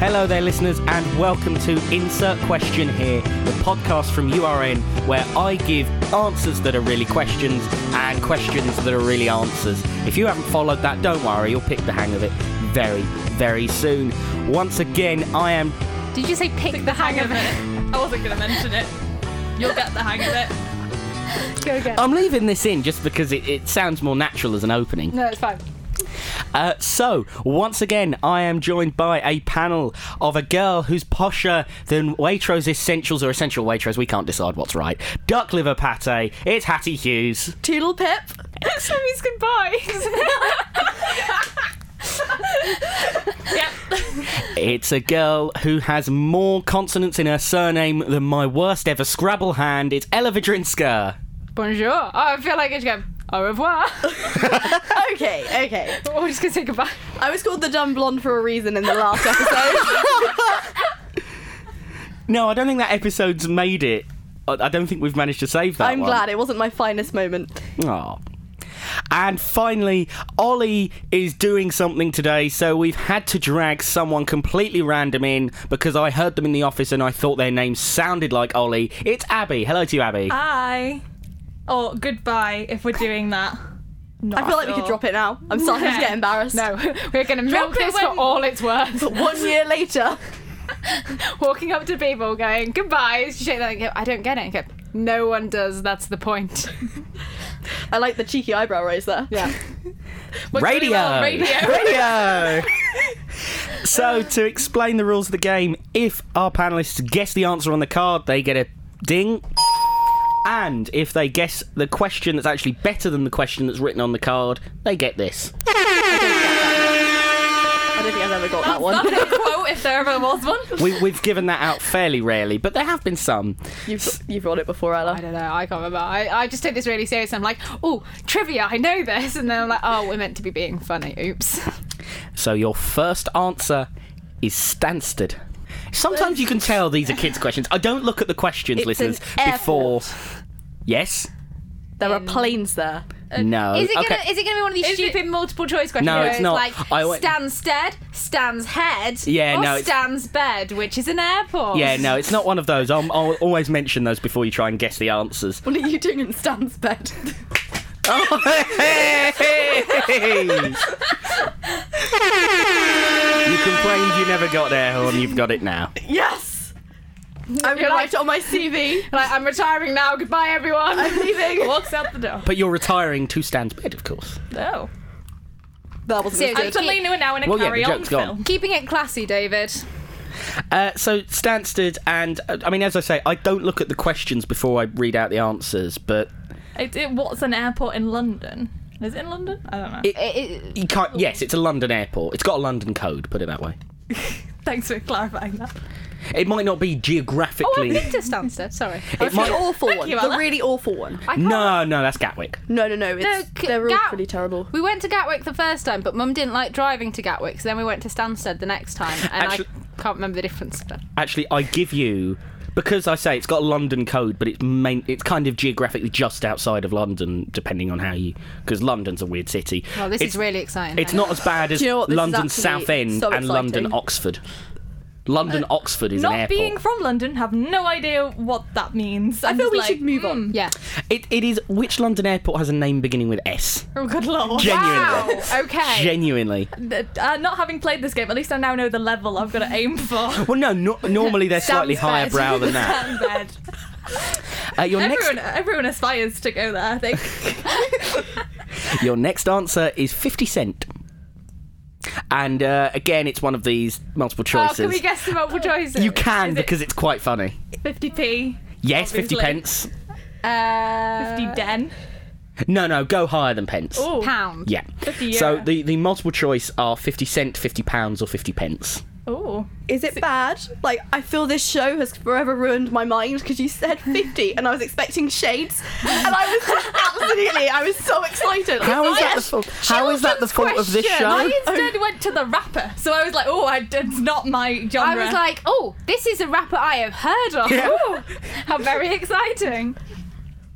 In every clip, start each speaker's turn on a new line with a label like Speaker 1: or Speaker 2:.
Speaker 1: Hello there, listeners, and welcome to Insert Question Here, the podcast from URN where I give answers that are really questions and questions that are really answers. If you haven't followed that, don't worry, you'll pick the hang of it very, very soon. Once again, I am.
Speaker 2: Did you say pick,
Speaker 3: the hang of it. I wasn't going to mention it. You'll get the hang of it.
Speaker 2: it? Go again.
Speaker 1: I'm leaving this in just because it, it sounds more natural as an opening.
Speaker 2: no, it's fine.
Speaker 1: Uh, so, once again, I am joined by a panel of a girl who's posher than Waitrose Essentials or Essential Waitrose. We can't decide what's right. Duck liver pate. It's Hattie Hughes.
Speaker 3: Toodle pip. so means goodbye. yep.
Speaker 1: It's a girl who has more consonants in her surname than my worst ever Scrabble hand. It's Ella Vidrinska.
Speaker 2: Bonjour. Oh, I feel like it's going, au revoir.
Speaker 4: Okay, okay.
Speaker 2: We're just going to say goodbye.
Speaker 4: I was called the dumb blonde for a reason in the last episode.
Speaker 1: No, I don't think that episode's made it. I I don't think we've managed to save that
Speaker 4: I'm
Speaker 1: one.
Speaker 4: glad it wasn't my finest moment.
Speaker 1: Aw. And finally, Ollie is doing something today, so we've had to drag someone completely random in because I heard them in the office and I thought their name sounded like Ollie. It's Abby. Hello to you, Abby.
Speaker 3: Bye. Or Oh, goodbye if we're doing that.
Speaker 4: I feel like we could drop it now. I'm starting
Speaker 3: Okay.
Speaker 4: to get embarrassed.
Speaker 2: No, we're going to milk
Speaker 3: it
Speaker 2: this
Speaker 3: when-
Speaker 2: for all it's worth.
Speaker 4: But one year later,
Speaker 2: Walking up to people going, goodbye. She shake their head and go, I don't get it. And go, no one does. That's the point.
Speaker 4: I like the cheeky eyebrow raise there.
Speaker 2: Yeah.
Speaker 1: Radio.
Speaker 3: well, radio.
Speaker 1: Radio. so, to explain the rules of the game, if our panelists guess the answer on the card, they get a ding. And if they guess the question that's actually better than the question that's written on the card, they get this.
Speaker 4: I don't think I've ever got that one.
Speaker 3: That's a quote Oh, if there ever was one.
Speaker 1: We, we've given that out fairly rarely, but there have been some.
Speaker 4: You've, you've brought it before,
Speaker 2: I
Speaker 4: Ella.
Speaker 2: don't know. I can't remember. I, I just take this really serious. I'm like, oh, trivia. I know this. And then I'm like, oh, we're meant to be being funny. Oops.
Speaker 1: So your first answer is Stansted. Sometimes you can tell these are kids' questions. I don't look at the questions,
Speaker 4: It's
Speaker 1: listeners,
Speaker 4: an
Speaker 1: before. Yes?
Speaker 4: There are planes there.
Speaker 1: No.
Speaker 2: Uh, Is it gonna
Speaker 1: Oh, okay.
Speaker 2: is it gonna be one of these
Speaker 3: Is it-
Speaker 2: stupid multiple choice questions?
Speaker 1: No,
Speaker 2: where
Speaker 1: it's not.
Speaker 2: Like
Speaker 1: I went-
Speaker 2: Stansted, Stan's head,
Speaker 1: Yeah,
Speaker 2: or
Speaker 1: no, it's-
Speaker 2: Stan's bed, which is an airport.
Speaker 1: yeah, no, it's not one of those. I'll, I'll always mention those before you try and guess the answers.
Speaker 4: What are you doing in Stan's bed?
Speaker 1: Oh, hey! you complained you never got there, Horn. You've got it now.
Speaker 4: yes! I'm going
Speaker 2: You're
Speaker 4: to
Speaker 2: like-
Speaker 4: write it on my CV.
Speaker 2: Like I'm retiring now. Goodbye, everyone.
Speaker 4: I'm leaving.
Speaker 3: Walks out the door.
Speaker 1: But you're retiring to Stan's bed, of course.
Speaker 3: No.
Speaker 4: That wasn't
Speaker 2: Seriously.
Speaker 3: And suddenly we're now in a
Speaker 1: Well, yeah, the
Speaker 3: carry on
Speaker 1: joke's gone.
Speaker 3: film.
Speaker 2: Keeping it classy, David.
Speaker 1: Uh, so Stansted, and uh, I mean, as I say, I don't look at the questions before I read out the answers, but
Speaker 3: It, it, what's an airport in London? Is it in London? I don't know.
Speaker 1: it, you can't. Yes, it's a London airport. It's got a London code. Put it that way.
Speaker 3: Thanks for clarifying that.
Speaker 1: It might not be
Speaker 2: Oh, I've
Speaker 1: geographically.
Speaker 2: been to Stansted. Sorry.
Speaker 1: it
Speaker 4: the
Speaker 1: might.
Speaker 4: awful one.
Speaker 3: you,
Speaker 4: the
Speaker 3: Ella.
Speaker 4: really awful one.
Speaker 2: I can't
Speaker 1: No, no, that's Gatwick.
Speaker 4: No, no, no. It's,
Speaker 2: c-
Speaker 4: they're all
Speaker 2: Gat-
Speaker 4: pretty terrible.
Speaker 2: We went to Gatwick the first time, but Mum didn't like driving to Gatwick, so then we went to Stansted the next time, and
Speaker 1: Actually-
Speaker 2: I can't remember the difference. But
Speaker 1: Actually, I give you because I say it's got a London code, but it's main, it's kind of geographically just outside of London, depending on how you. Because London's a weird city.
Speaker 4: Oh,
Speaker 2: well, this
Speaker 1: It's-
Speaker 2: is really exciting.
Speaker 1: It's not as bad as
Speaker 4: Do you know what? This is
Speaker 1: London
Speaker 4: actually
Speaker 1: Southend
Speaker 4: so
Speaker 1: and London
Speaker 4: exciting. Uh,
Speaker 1: Oxford. London Oxford is an
Speaker 3: Not
Speaker 1: airport.
Speaker 3: being from London, have no idea what that means.
Speaker 4: I feel we should move on.
Speaker 2: Yeah.
Speaker 1: It, it is which London airport has a name beginning with S?
Speaker 3: Oh, good lord.
Speaker 1: Genuinely.
Speaker 2: Wow. Okay.
Speaker 1: Genuinely.
Speaker 3: Uh, not having played this game, at least I now know the level I've got to aim for.
Speaker 1: Well, no, no normally they're slightly
Speaker 2: Sam's
Speaker 1: higher
Speaker 2: bed.
Speaker 1: brow than that.
Speaker 3: Damn bed.
Speaker 1: Uh, your
Speaker 3: Everyone, everyone aspires to go there. I think.
Speaker 1: next your next answer is 50 Cent. And uh, again, it's one of these multiple
Speaker 2: Oh,
Speaker 1: choices.
Speaker 2: can we guess the multiple choices?
Speaker 1: you can
Speaker 3: Is it-
Speaker 1: because it's quite funny.
Speaker 3: 50p,
Speaker 1: Yes, 50
Speaker 3: Obviously.
Speaker 1: pence.
Speaker 2: Uh,
Speaker 3: 50 den.
Speaker 1: No, no, go higher than pence.
Speaker 3: Oh,
Speaker 2: pound.
Speaker 1: Yeah.
Speaker 3: 50
Speaker 1: So
Speaker 3: euro.
Speaker 1: the, the multiple choice are 50 cent, 50 pounds, or 50 pence.
Speaker 3: oh.
Speaker 4: Is it bad? Like, I feel this show has forever ruined my mind because you said 50 and I was expecting shades. And I was just absolutely, I was so excited.
Speaker 1: How is that the
Speaker 4: Yes.
Speaker 1: fault? How is that the fault of this
Speaker 3: Question.
Speaker 1: show?
Speaker 3: I
Speaker 2: Oh.
Speaker 3: instead went to the rapper, so I was like, oh, I, it's not my
Speaker 2: I
Speaker 3: genre.
Speaker 2: was like, oh, this is a rapper I have heard of.
Speaker 1: Yeah.
Speaker 2: Ooh, how very exciting.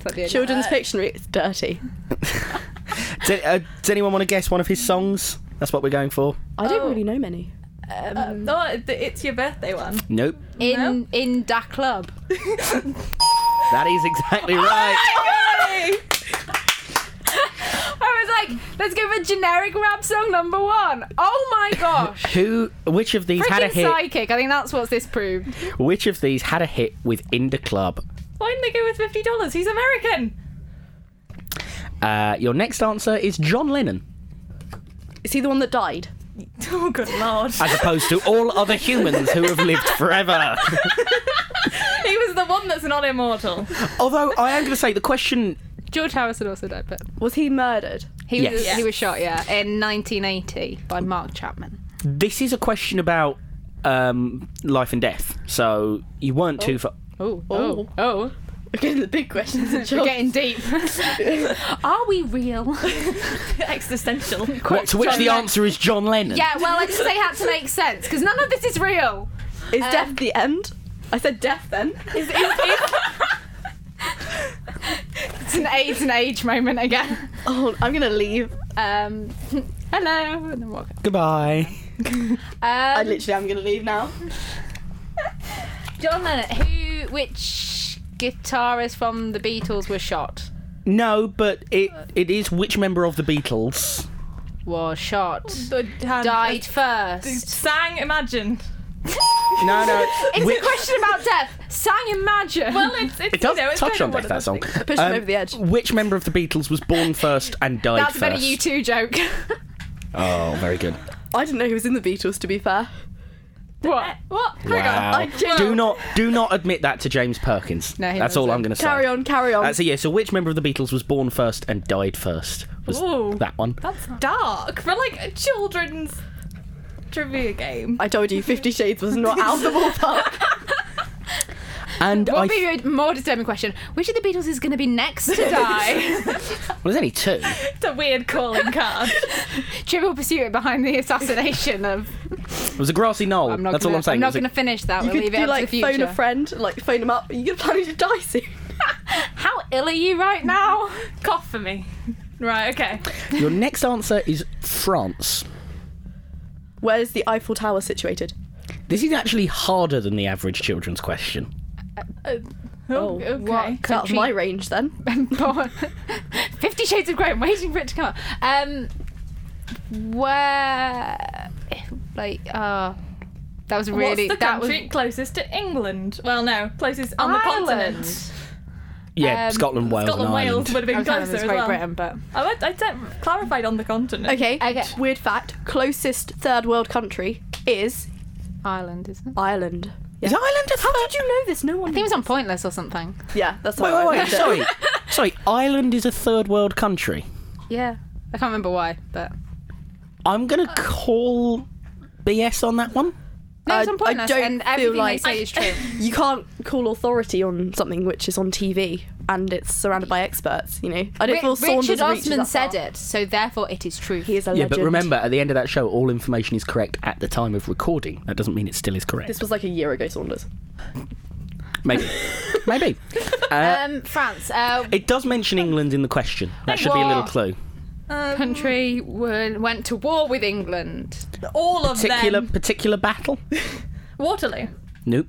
Speaker 2: That's the end.
Speaker 4: Children's Pictionary, it's dirty.
Speaker 1: Does- uh, does anyone want to guess one of his songs? That's what we're going for.
Speaker 4: I don't
Speaker 3: Oh.
Speaker 4: really know many.
Speaker 2: Um,
Speaker 3: Oh, the it's your birthday one.
Speaker 1: Nope.
Speaker 2: in
Speaker 3: no?
Speaker 2: in that club.
Speaker 1: That is exactly right.
Speaker 2: I was like, let's give a generic rap song number one. Oh my gosh.
Speaker 1: Who? Which of these had a
Speaker 2: Freaking
Speaker 1: hit?
Speaker 2: psychic. I think that's what this proved.
Speaker 1: Which of these had a hit with Inda Club?
Speaker 3: Why didn't they go with fifty dollars? He's American.
Speaker 1: Uh, your next answer is John Lennon,
Speaker 4: Is he the one that died?
Speaker 3: Oh good lord.
Speaker 1: as opposed to all other humans who have lived forever.
Speaker 3: he was the one that's not immortal.
Speaker 1: Although I am going to say the question.
Speaker 2: George Harrison also died, but
Speaker 4: Was he murdered?
Speaker 2: he was
Speaker 1: Yes.
Speaker 2: he was shot, yeah, in 1980 by Mark Chapman.
Speaker 1: This is a question about um, life and death, so you weren't too far.
Speaker 2: Oh, oh, oh.
Speaker 4: Okay, the big questions are
Speaker 2: We're getting deep. Are we real?
Speaker 3: Existential.
Speaker 1: Well, to which
Speaker 2: John
Speaker 1: the
Speaker 2: Lennon.
Speaker 1: answer is John Lennon.
Speaker 2: yeah, well, I just say had to make sense because none of this is real.
Speaker 4: Is
Speaker 2: um,
Speaker 4: death the end? I said death then.
Speaker 2: Is- is- is- it's an age, it's an age moment again.
Speaker 4: Oh, I'm gonna leave.
Speaker 2: Um, hello, and then walk.
Speaker 1: Goodbye.
Speaker 4: I
Speaker 2: Um,
Speaker 4: literally am gonna leave now.
Speaker 2: John Lennon, who, which guitarist from the Beatles was shot?
Speaker 1: No, but it it is which member of the Beatles?
Speaker 2: Was shot.
Speaker 3: Died.
Speaker 4: Oh,
Speaker 2: Died first.
Speaker 3: Sang Imagine.
Speaker 1: No, no.
Speaker 2: It's
Speaker 1: which-
Speaker 2: a question about death. Sang Imagine.
Speaker 3: Well, it's, it's
Speaker 1: It does
Speaker 3: you know, it's
Speaker 1: touch
Speaker 3: kind
Speaker 1: on
Speaker 3: of one
Speaker 1: death.
Speaker 3: of
Speaker 1: That
Speaker 3: those
Speaker 1: song. Um,
Speaker 3: things.
Speaker 4: Push him over the edge.
Speaker 1: Which member of the Beatles was born first and died
Speaker 2: that's a
Speaker 1: first?
Speaker 2: better you two joke.
Speaker 1: Oh, very good.
Speaker 4: I didn't know he was in the Beatles. To be fair,
Speaker 2: what?
Speaker 3: Uh, What?
Speaker 1: Wow.
Speaker 4: I genuinely-
Speaker 1: do not do not admit that to James Perkins.
Speaker 2: No, he
Speaker 1: That's all
Speaker 2: wasn't.
Speaker 1: I'm going to say.
Speaker 4: carry on, carry on.
Speaker 1: That's a yeah. So which member of the Beatles was born first and died first? Was
Speaker 3: Ooh.
Speaker 1: that one?
Speaker 3: That's dark for like a children's trivia game.
Speaker 4: I told you, Fifty Shades was not out of the ballpark.
Speaker 1: And I
Speaker 2: What would be a more disturbing question? Which of the Beatles is going to be next to die?
Speaker 1: well, there's only two.
Speaker 3: It's a weird calling card.
Speaker 2: Trivial Pursuit behind the assassination of.
Speaker 1: It was a grassy knoll.
Speaker 2: I'm not.
Speaker 1: That's
Speaker 2: gonna,
Speaker 1: all I'm saying.
Speaker 2: I'm
Speaker 1: It
Speaker 2: not
Speaker 1: was a-
Speaker 2: going to finish that.
Speaker 4: You
Speaker 2: we'll
Speaker 4: could
Speaker 2: leave it
Speaker 4: do
Speaker 2: up to
Speaker 4: like
Speaker 2: the future.
Speaker 4: phone a friend, like phone him up. You're planning to die soon.
Speaker 2: How ill are you right now?
Speaker 3: Cough for me. Right. Okay.
Speaker 1: Your next answer is France.
Speaker 4: Where is the Eiffel Tower situated?
Speaker 1: This is actually harder than the average children's question.
Speaker 4: Oh,
Speaker 3: Okay.
Speaker 2: What
Speaker 4: that's
Speaker 2: country?
Speaker 4: my range then.
Speaker 2: born? Fifty Shades of Grey. I'm waiting for it to come up. Um, where? Like, uh, that was really.
Speaker 3: What's the
Speaker 2: that was
Speaker 3: country closest to England? Well, no, closest on
Speaker 2: Ireland.
Speaker 3: the continent.
Speaker 1: Yeah,
Speaker 2: Um,
Speaker 1: Scotland, Wales,
Speaker 3: Scotland,
Speaker 1: and Ireland.
Speaker 3: Wales would have been
Speaker 2: Okay,
Speaker 3: closer
Speaker 2: that's
Speaker 3: as
Speaker 2: Great
Speaker 3: well.
Speaker 2: Britain, but
Speaker 3: I, went, I said- clarified on the continent.
Speaker 4: Okay.
Speaker 2: Okay.
Speaker 4: Weird fact: closest third world country is
Speaker 2: Ireland, isn't it?
Speaker 4: Ireland.
Speaker 1: Is Ireland a
Speaker 4: How did you know this? No one.
Speaker 2: I think it was on Pointless or something.
Speaker 4: Yeah, that's
Speaker 1: Wait,
Speaker 4: how I
Speaker 1: wait, wait.
Speaker 4: learned it.
Speaker 1: Sorry, sorry. Ireland is a third world country.
Speaker 2: Yeah. I can't remember why, but
Speaker 1: I'm going to call BS on that one.
Speaker 2: no,
Speaker 4: I-
Speaker 2: it's on Pointless,
Speaker 4: I don't
Speaker 2: and
Speaker 4: feel
Speaker 2: everything
Speaker 4: like-
Speaker 2: they say is true.
Speaker 4: You can't call authority on something which is on TV and it's surrounded by experts. You know, I don't feel
Speaker 2: Ri-
Speaker 4: Saunders
Speaker 2: Richard
Speaker 4: reaches
Speaker 2: Osman
Speaker 4: that
Speaker 2: said
Speaker 4: far.
Speaker 2: it, so therefore it is true.
Speaker 4: He is a
Speaker 1: Yeah,
Speaker 4: legend.
Speaker 1: but remember, at the end of that show, all information is correct at the time of recording. That doesn't mean it still is correct.
Speaker 4: this was like a year ago, Saunders.
Speaker 1: Maybe. Maybe. Uh,
Speaker 2: Um, France. Uh,
Speaker 1: it does mention England in the question. That should be a little
Speaker 2: What?
Speaker 1: clue.
Speaker 2: country were, went to war with England.
Speaker 3: All of
Speaker 1: Particular
Speaker 3: them.
Speaker 1: particular battle?
Speaker 3: Waterloo,
Speaker 1: Nope.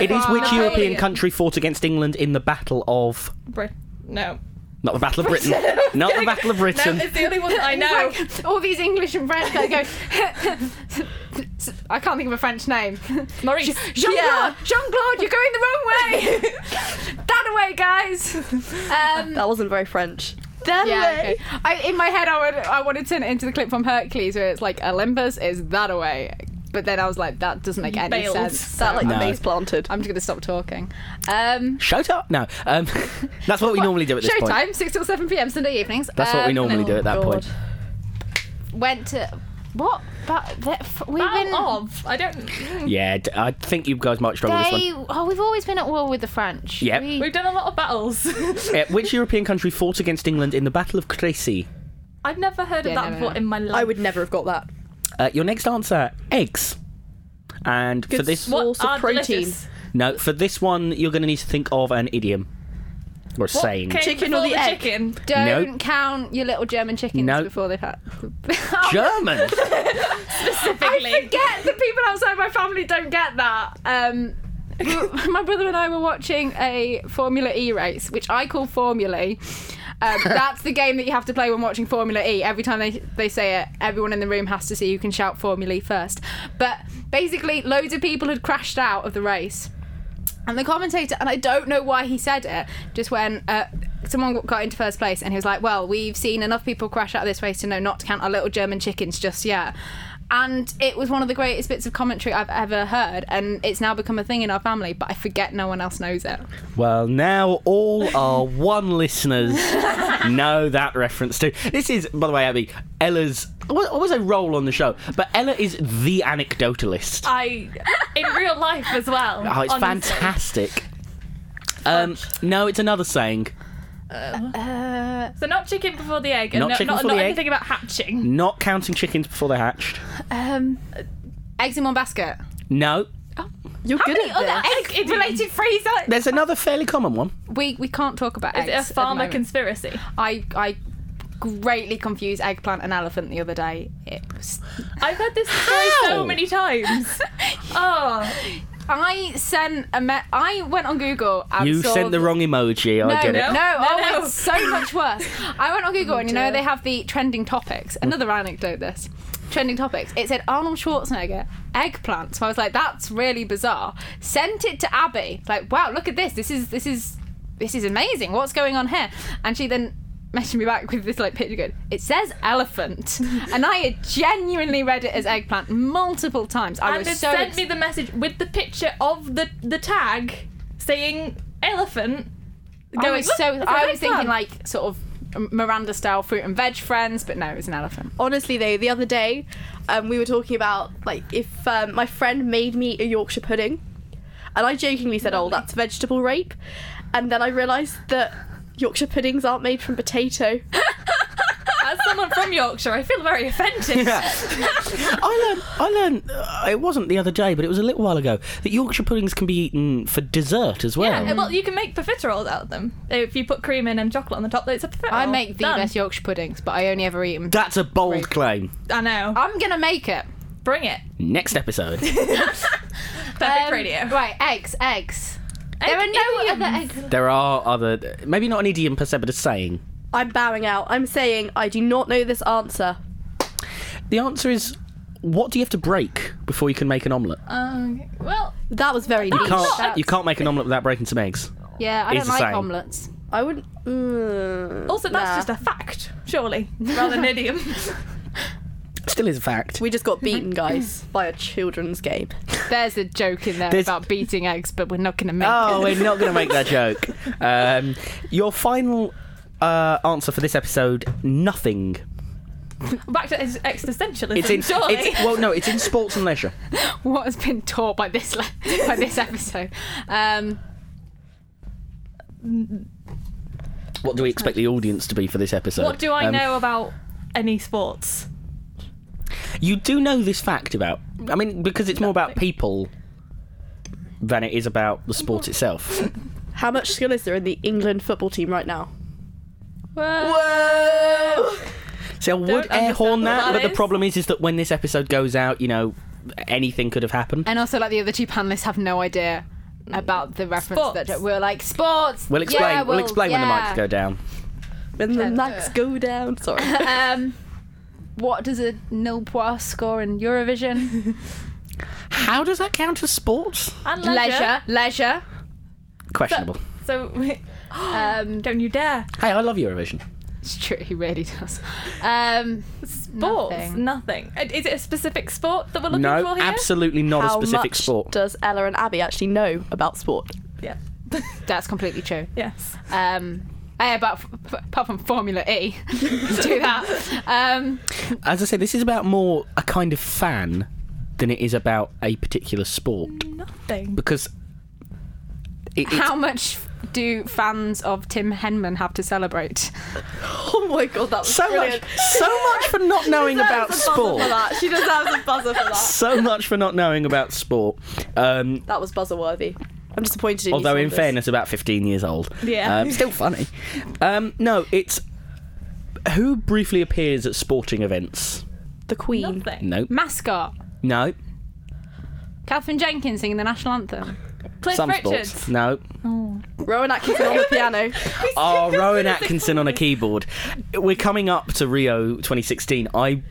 Speaker 1: It is which
Speaker 3: Napoleon.
Speaker 1: European country fought against England in the Battle of.
Speaker 3: Brit. No.
Speaker 1: Not the Battle of Britain. Not the Battle of
Speaker 3: No,
Speaker 1: Britain.
Speaker 3: it's the only one that I know.
Speaker 2: Like, all these English and French guys go. I can't think of a French name.
Speaker 3: Maurice.
Speaker 2: Jean Claude,
Speaker 4: Yeah.
Speaker 2: Jean Claude, you're going the wrong way. that way, guys. Um,
Speaker 4: That wasn't very French. That
Speaker 2: Yeah,
Speaker 4: way.
Speaker 2: okay. I, in my head, I would I wanted to turn it into the clip from Hercules where it's like Olympus is that away, but then I was like, that doesn't make any
Speaker 3: Bailed.
Speaker 2: sense.
Speaker 4: That like
Speaker 1: No.
Speaker 4: the base planted.
Speaker 2: I'm just gonna stop talking. Um,
Speaker 1: Shut up! No. Um, that's what we normally do at this point.
Speaker 2: Showtime, six till seven p.m. Sunday evenings.
Speaker 1: That's what we
Speaker 2: Um,
Speaker 1: normally do at that
Speaker 4: God.
Speaker 1: point.
Speaker 2: Went to what? But that, f- we've been.
Speaker 3: Battle of. I don't. mm.
Speaker 1: Yeah, d- I think you guys might struggle with this one.
Speaker 2: They, oh, we've always been at war with the French.
Speaker 1: Yep.
Speaker 2: We-
Speaker 3: We've done a lot of battles.
Speaker 1: Uh, which European country fought against England in the Battle of Crecy?
Speaker 3: I've never heard
Speaker 2: Yeah,
Speaker 3: of that
Speaker 2: no, no,
Speaker 3: before
Speaker 2: no.
Speaker 3: in my life.
Speaker 4: I would never have got that.
Speaker 1: Uh, your next answer, eggs. And for
Speaker 4: Good
Speaker 1: this,
Speaker 4: source of
Speaker 3: are
Speaker 4: protein.
Speaker 3: delicious?
Speaker 1: no, for this one, you're going to need to think of an idiom. Or saying.
Speaker 3: came
Speaker 4: Chicken or
Speaker 3: before
Speaker 4: the egg?
Speaker 3: chicken?
Speaker 2: Don't
Speaker 1: Nope.
Speaker 2: count your little German chickens
Speaker 1: Nope.
Speaker 2: before they've had.
Speaker 1: German.
Speaker 3: Specifically.
Speaker 2: I forget the people outside my family don't get that. Um, we- my brother and I were watching a Formula E race, which I call Formulae. Um, that's the game that you have to play when watching Formula E. Every time they, they say it, everyone in the room has to see who can shout Formula E first. But basically, loads of people had crashed out of the race. And the commentator, and I don't know why he said it, just when uh, someone got into first place and he was like, Well, we've seen enough people crash out of this race to know not to count our little German chickens just yet. And it was one of the greatest bits of commentary I've ever heard, and it's now become a thing in our family, but I forget no one else knows it.
Speaker 1: Well, now all our one listeners know that reference too. This is, by the way, Abby, Ella's. I was- I was a role on the show, but Ella is the anecdotalist.
Speaker 3: I in real life as well.
Speaker 1: oh, it's
Speaker 3: Uh, honestly.
Speaker 1: fantastic. Um, no, it's another saying.
Speaker 2: Uh,
Speaker 3: So not chicken before the egg, and
Speaker 1: Not
Speaker 3: not,
Speaker 1: chicken
Speaker 3: not,
Speaker 1: before
Speaker 3: not
Speaker 1: the egg.
Speaker 3: anything about hatching.
Speaker 1: Not counting chickens before they're hatched.
Speaker 2: um, eggs in one basket.
Speaker 1: No,
Speaker 4: You're good at this.
Speaker 3: egg is
Speaker 2: Related phrase. uh,
Speaker 1: there's another fairly common one.
Speaker 2: We we can't talk about
Speaker 3: Is
Speaker 2: eggs.
Speaker 3: it a
Speaker 2: at the
Speaker 3: farmer
Speaker 2: moment.
Speaker 3: conspiracy?
Speaker 2: I I greatly confused eggplant and elephant the other day. It was
Speaker 3: I've heard this story
Speaker 1: How?
Speaker 3: so many times. oh,
Speaker 2: I sent a me- I went on Google and
Speaker 1: you
Speaker 2: saw
Speaker 1: sent the wrong emoji.
Speaker 2: No,
Speaker 1: I get
Speaker 2: no,
Speaker 1: it.
Speaker 2: no, oh,
Speaker 3: no. Oh,
Speaker 2: it's so much worse. I went on Google and you know
Speaker 3: dear.
Speaker 2: they have the trending topics.
Speaker 1: Mm.
Speaker 2: Another anecdote. This trending topics. It said Arnold Schwarzenegger eggplant. So I was like, that's really bizarre. Sent it to Abby. Like, wow, look at this. This is this is this is amazing. What's going on here? And she then. Messaged me back with this like picture going, it says elephant. and I had genuinely read it as eggplant multiple times. I
Speaker 3: and
Speaker 2: was
Speaker 3: it
Speaker 2: so
Speaker 3: sent me the message with the picture of the the tag saying elephant.
Speaker 2: I
Speaker 3: going,
Speaker 2: was
Speaker 3: "Look,
Speaker 2: so
Speaker 3: it's an
Speaker 2: I was
Speaker 3: eggplant."
Speaker 2: thinking like sort of Miranda style fruit and veg friends, but no, it was an elephant.
Speaker 4: honestly though the other day um, we were talking about like if um, my friend made me a yorkshire pudding and i jokingly said oh that's vegetable rape and then i realised that yorkshire puddings aren't made from potato
Speaker 3: As someone from Yorkshire, I feel very offended.
Speaker 1: Yeah. I learned. I learned. Uh, it wasn't the other day, but it was a little while ago that Yorkshire puddings can be eaten for dessert as well.
Speaker 3: Yeah, well, you can make profiteroles out of them if you put cream in and chocolate on the top. It's a profiterole.
Speaker 2: I make the
Speaker 3: Done.
Speaker 2: best Yorkshire puddings, but I only ever eat them.
Speaker 1: That's a bold
Speaker 2: Right.
Speaker 1: claim.
Speaker 3: I know.
Speaker 2: I'm gonna make it.
Speaker 3: Bring it.
Speaker 1: Next episode.
Speaker 3: Perfect
Speaker 2: Um,
Speaker 3: radio.
Speaker 2: Right, eggs, eggs. there are no
Speaker 3: idioms.
Speaker 2: other eggs.
Speaker 1: There are other, maybe not an idiom per se, but a saying.
Speaker 4: i'm bowing out i'm saying i do not know this answer
Speaker 1: The answer is, what do you have to break before you can make an omelette?
Speaker 3: Um, well,
Speaker 4: that was very
Speaker 1: you
Speaker 2: Oh,
Speaker 4: neat
Speaker 1: can't.
Speaker 2: that's-
Speaker 1: You can't make an omelette without breaking some eggs.
Speaker 2: Yeah, I
Speaker 1: It's
Speaker 2: don't
Speaker 1: the
Speaker 2: like
Speaker 1: same.
Speaker 2: omelets.
Speaker 4: i wouldn't mm,
Speaker 3: also that's
Speaker 4: nah.
Speaker 3: just a fact, surely, rather than an idiom.
Speaker 1: Still is a fact.
Speaker 4: we just got beaten guys by a children's game
Speaker 2: There's a joke in there
Speaker 1: There's-
Speaker 2: about beating eggs, but we're not gonna make
Speaker 1: Oh,
Speaker 2: it.
Speaker 1: we're not going to make that joke. Um, your final uh, answer for this episode: nothing.
Speaker 3: Back to ex- existentialism.
Speaker 1: It's in.
Speaker 3: surely.
Speaker 1: It's, well, no, it's in sports and leisure.
Speaker 2: What has been taught by this le- by this episode? Um,
Speaker 1: What do we expect the audience to be for this episode?
Speaker 3: what do I
Speaker 1: Um,
Speaker 3: know about any sports?
Speaker 1: You do know this fact about. I mean, because it's more about people than it is about the sport itself.
Speaker 4: how much skill is there in the england football team right now
Speaker 1: See, I would
Speaker 3: Don't
Speaker 1: air horn
Speaker 3: understand
Speaker 1: that,
Speaker 3: what that
Speaker 1: but the
Speaker 3: is.
Speaker 1: problem is, is that when this episode goes out, you know, anything could have
Speaker 3: Uh,
Speaker 1: happened.
Speaker 2: and also, like the other two panelists have no idea about the reference that
Speaker 3: Sports.
Speaker 2: we're like sports.
Speaker 1: We'll explain.
Speaker 2: Yeah,
Speaker 1: we'll, explain when the
Speaker 2: yeah.
Speaker 1: mics go down.
Speaker 4: when the max go down sorry
Speaker 2: um, what does a nil pois score in Eurovision?
Speaker 1: How does that count as sports?
Speaker 3: And leisure.
Speaker 2: leisure, leisure.
Speaker 1: Questionable.
Speaker 3: So
Speaker 2: Um,
Speaker 3: don't you dare.
Speaker 1: hey, I love Eurovision.
Speaker 2: it's true, he really does. Um,
Speaker 3: Sports.
Speaker 2: Nothing.
Speaker 3: Nothing. Uh, Is it a specific sport that we're looking
Speaker 1: No,
Speaker 3: for here?
Speaker 1: absolutely not
Speaker 4: How
Speaker 1: a specific
Speaker 4: much
Speaker 1: sport.
Speaker 4: does Ella and Abby actually know about sport?
Speaker 3: Yeah.
Speaker 2: that's completely true.
Speaker 3: yes.
Speaker 2: Um, eh, about f- apart from Formula E, do that. Um,
Speaker 1: As I say, this is about more a kind of fan than it is about a particular sport
Speaker 3: Nothing.
Speaker 1: because. It, it's-
Speaker 2: how much do fans of Tim Henman have to celebrate?
Speaker 4: Oh my god, that was
Speaker 1: so much, so much for not knowing about sport.
Speaker 4: She deserves a buzzer for that.
Speaker 1: So much for not knowing about sport. Um,
Speaker 4: That was buzzer worthy. I'm disappointed in you,
Speaker 1: Although, in
Speaker 4: Saunders.
Speaker 1: fairness, about 15 years old.
Speaker 3: Yeah.
Speaker 1: Um, still funny. Um, no, it's who briefly appears at sporting events.
Speaker 4: The Queen.
Speaker 3: Nothing.
Speaker 1: Nope.
Speaker 2: Mascot.
Speaker 1: No.
Speaker 2: Catherine Jenkins singing the national anthem.
Speaker 3: Cliff
Speaker 1: Some
Speaker 3: Richards.
Speaker 1: sports. No.
Speaker 4: Rowan Atkinson on the piano.
Speaker 1: Oh, Rowan Atkinson on a keyboard. We're coming up to Rio 2016. I,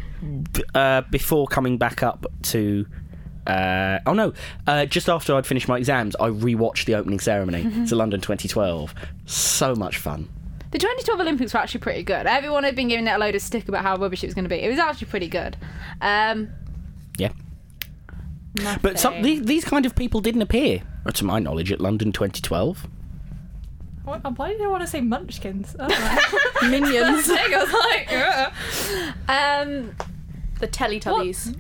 Speaker 1: uh, before coming back up to. Uh, oh no! Uh, just after I'd finished my exams, I rewatched the opening ceremony to London 2012. So much fun.
Speaker 2: The 2012 Olympics were actually pretty good. Everyone had been giving it a load of stick about how rubbish it was going to be. It was actually pretty good. Um,
Speaker 1: Yeah, but some,
Speaker 2: nothing.
Speaker 1: these, these kind of people didn't appear, or to my knowledge, at London 2012.
Speaker 3: Why, why did I want to say Munchkins? I don't know.
Speaker 4: Minions.
Speaker 3: Thing, I was like, "Ugh."
Speaker 2: Um,
Speaker 4: the Teletubbies.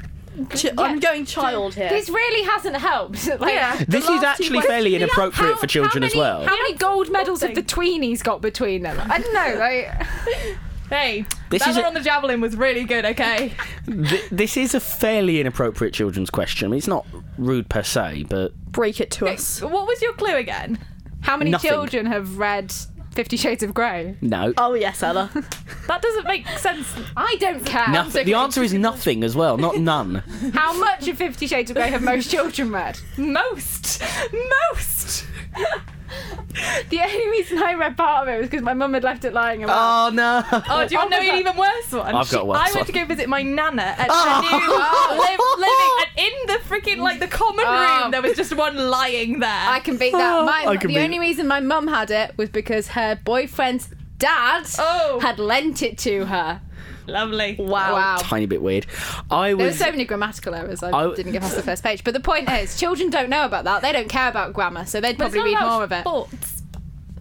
Speaker 4: Ch- I'm going child here.
Speaker 2: this really hasn't helped. Like,
Speaker 4: Yeah.
Speaker 1: This is actually fairly
Speaker 2: Yeah,
Speaker 1: inappropriate
Speaker 2: how-
Speaker 1: for children
Speaker 2: how
Speaker 1: as
Speaker 2: many-
Speaker 1: well.
Speaker 2: How many gold medals have the tweenies got between them? I don't know. Like,
Speaker 3: Hey,
Speaker 1: This
Speaker 3: that
Speaker 1: is
Speaker 3: one
Speaker 1: a-
Speaker 3: on the javelin was really good. Okay,
Speaker 1: Th- this is a fairly inappropriate children's question. I mean, it's not rude per se, but
Speaker 4: Break it to us.
Speaker 3: what was your clue again?
Speaker 2: how many
Speaker 1: Nothing.
Speaker 2: children have read Fifty Shades of Grey?
Speaker 1: no.
Speaker 4: Oh yes, Ella.
Speaker 3: That doesn't make sense.
Speaker 2: I don't care.
Speaker 1: Nothing. The answer is nothing as well, not none.
Speaker 2: How much of Fifty Shades of Grey have most children read?
Speaker 3: Most, most.
Speaker 2: The only reason I read part of it was because my mum had left it lying around.
Speaker 1: Oh no!
Speaker 3: Oh, do you want to know an even worse one?
Speaker 1: I've got a worse
Speaker 3: I went
Speaker 1: one.
Speaker 3: to go visit my nana at
Speaker 1: Oh.
Speaker 3: the new live, living, and in the freaking like the common
Speaker 2: Oh.
Speaker 3: room, there was just one lying there.
Speaker 2: I can beat that.
Speaker 1: I
Speaker 2: My,
Speaker 1: can
Speaker 2: the
Speaker 1: beat-
Speaker 2: only reason my mum had it was because her boyfriend's dad
Speaker 3: Oh.
Speaker 2: had lent it to her.
Speaker 3: Lovely.
Speaker 4: Wow.
Speaker 2: Wow.
Speaker 1: Tiny bit weird. I
Speaker 2: There were
Speaker 1: was.
Speaker 2: so many grammatical errors. I
Speaker 1: I-
Speaker 2: didn't get past the first page. But the point is, children don't know about that. They don't care about grammar, so they'd
Speaker 3: But it's
Speaker 2: probably read
Speaker 3: not about
Speaker 2: more of it.
Speaker 3: Sports.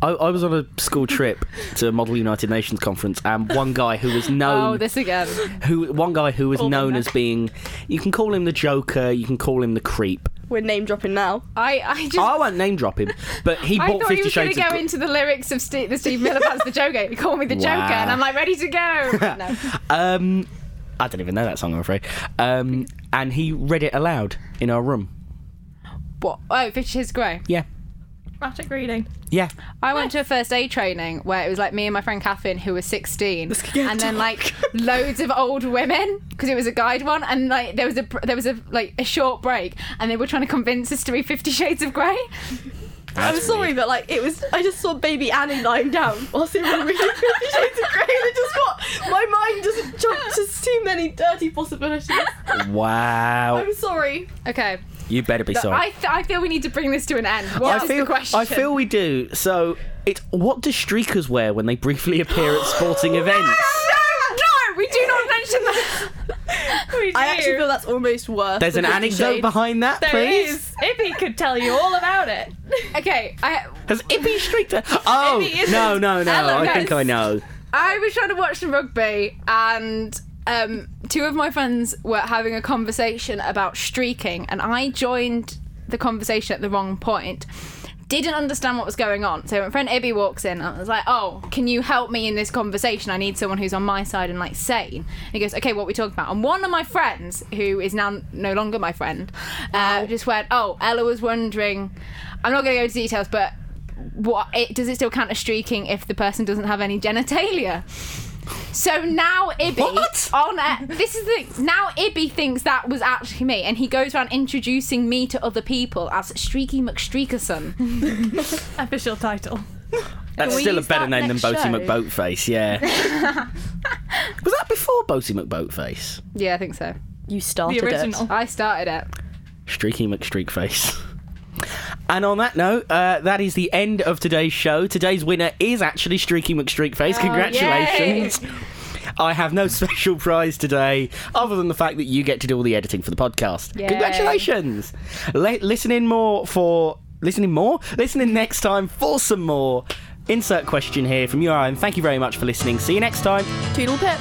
Speaker 1: I, I was on a school trip to a Model United Nations conference, and one guy who was known.
Speaker 2: Oh, this again.
Speaker 1: who one guy who was
Speaker 3: Call him
Speaker 1: known
Speaker 3: that.
Speaker 1: as being, you can call him the Joker, you can call him the creep.
Speaker 4: We're name dropping now.
Speaker 2: I, I just.
Speaker 1: Oh, I won't name drop him, but he
Speaker 2: I
Speaker 1: bought
Speaker 2: thought he
Speaker 1: Fifty
Speaker 2: was going
Speaker 1: Shades
Speaker 2: to go
Speaker 1: of. Gr-
Speaker 2: into the lyrics of Steve, the Steve Miller Band's The Joker. He called me The
Speaker 1: Wow.
Speaker 2: Joker, and I'm like, ready to go. No.
Speaker 1: um, I don't even know that song, I'm afraid. Um, and he read it aloud in our room.
Speaker 2: What? Oh, Fifty Shades of Grey.
Speaker 1: Yeah,
Speaker 3: Magic reading.
Speaker 1: yeah.
Speaker 2: I went to a first aid training where it was like me and my friend Catherine, who was 16,
Speaker 4: could get
Speaker 2: and then like loads of old women because it was a guide one, and like there was a there was a like a short break, and they were trying to convince us to read Fifty Shades of Grey.
Speaker 4: I'm sorry, but like it was. I just saw baby Annie lying down whilst they were reading Fifty Shades of Grey, and I just got my mind just jumped to too many dirty possibilities.
Speaker 1: Wow,
Speaker 4: I'm sorry.
Speaker 2: Okay,
Speaker 1: you better be sorry.
Speaker 2: I, th- I feel we need to bring this to an end. What
Speaker 1: I
Speaker 2: is
Speaker 1: feel,
Speaker 2: the question?
Speaker 1: I feel we do. So, it's what do streakers wear when they briefly appear at sporting events?
Speaker 2: No, no, we do not mention that.
Speaker 3: We
Speaker 4: I
Speaker 3: do.
Speaker 4: actually feel that's almost worse.
Speaker 1: There's
Speaker 4: than
Speaker 1: an
Speaker 4: Fifty
Speaker 1: anecdote
Speaker 4: Shades.
Speaker 1: behind that,
Speaker 3: There
Speaker 1: please.
Speaker 3: is. Ippy could tell you all about it.
Speaker 2: Okay, I
Speaker 1: Has Ippy streaked? her- Oh
Speaker 3: Ippy isn't.
Speaker 1: no, no, no!
Speaker 2: Ella
Speaker 1: I think
Speaker 2: knows.
Speaker 1: I know.
Speaker 2: I was trying to watch some rugby and um, two of my friends were having a conversation about streaking and I joined the conversation at the wrong point. Didn't understand what was going on. So my friend Ibby walks in and I was like, Oh, can you help me in this conversation? I need someone who's on my side and like sane. And he goes, Okay, what are we talking about? And one of my friends, who is now no longer my friend, uh, just went, Oh, Ella was wondering I'm not gonna go into details, but what it, does it still count as streaking if the person doesn't have any genitalia? So now Ibby
Speaker 1: What?
Speaker 2: on a, this is the now Ibby thinks that was actually me, and he goes around introducing me to other people as Streaky McStreakerson.
Speaker 3: Official title.
Speaker 1: That's
Speaker 4: we
Speaker 1: still a
Speaker 4: use
Speaker 1: better
Speaker 4: that
Speaker 1: name than
Speaker 4: next
Speaker 1: Boaty
Speaker 4: show?
Speaker 1: McBoatface. Yeah. Was that before Boaty McBoatface?
Speaker 2: Yeah, I think so.
Speaker 4: You started
Speaker 3: The original.
Speaker 2: I started it.
Speaker 1: Streaky McStreakface. And on that note, uh, that is the end of today's show. Today's winner is actually Streaky McStreakface. Congratulations. I have no special prize today other than the fact that you get to do all the editing for the podcast.
Speaker 2: Yay.
Speaker 1: Congratulations. Le- listen in more for. Listen in more? Listen in next time for some more. Insert question here from your own. Thank you very much for listening. See you next time.
Speaker 4: Toodle pip.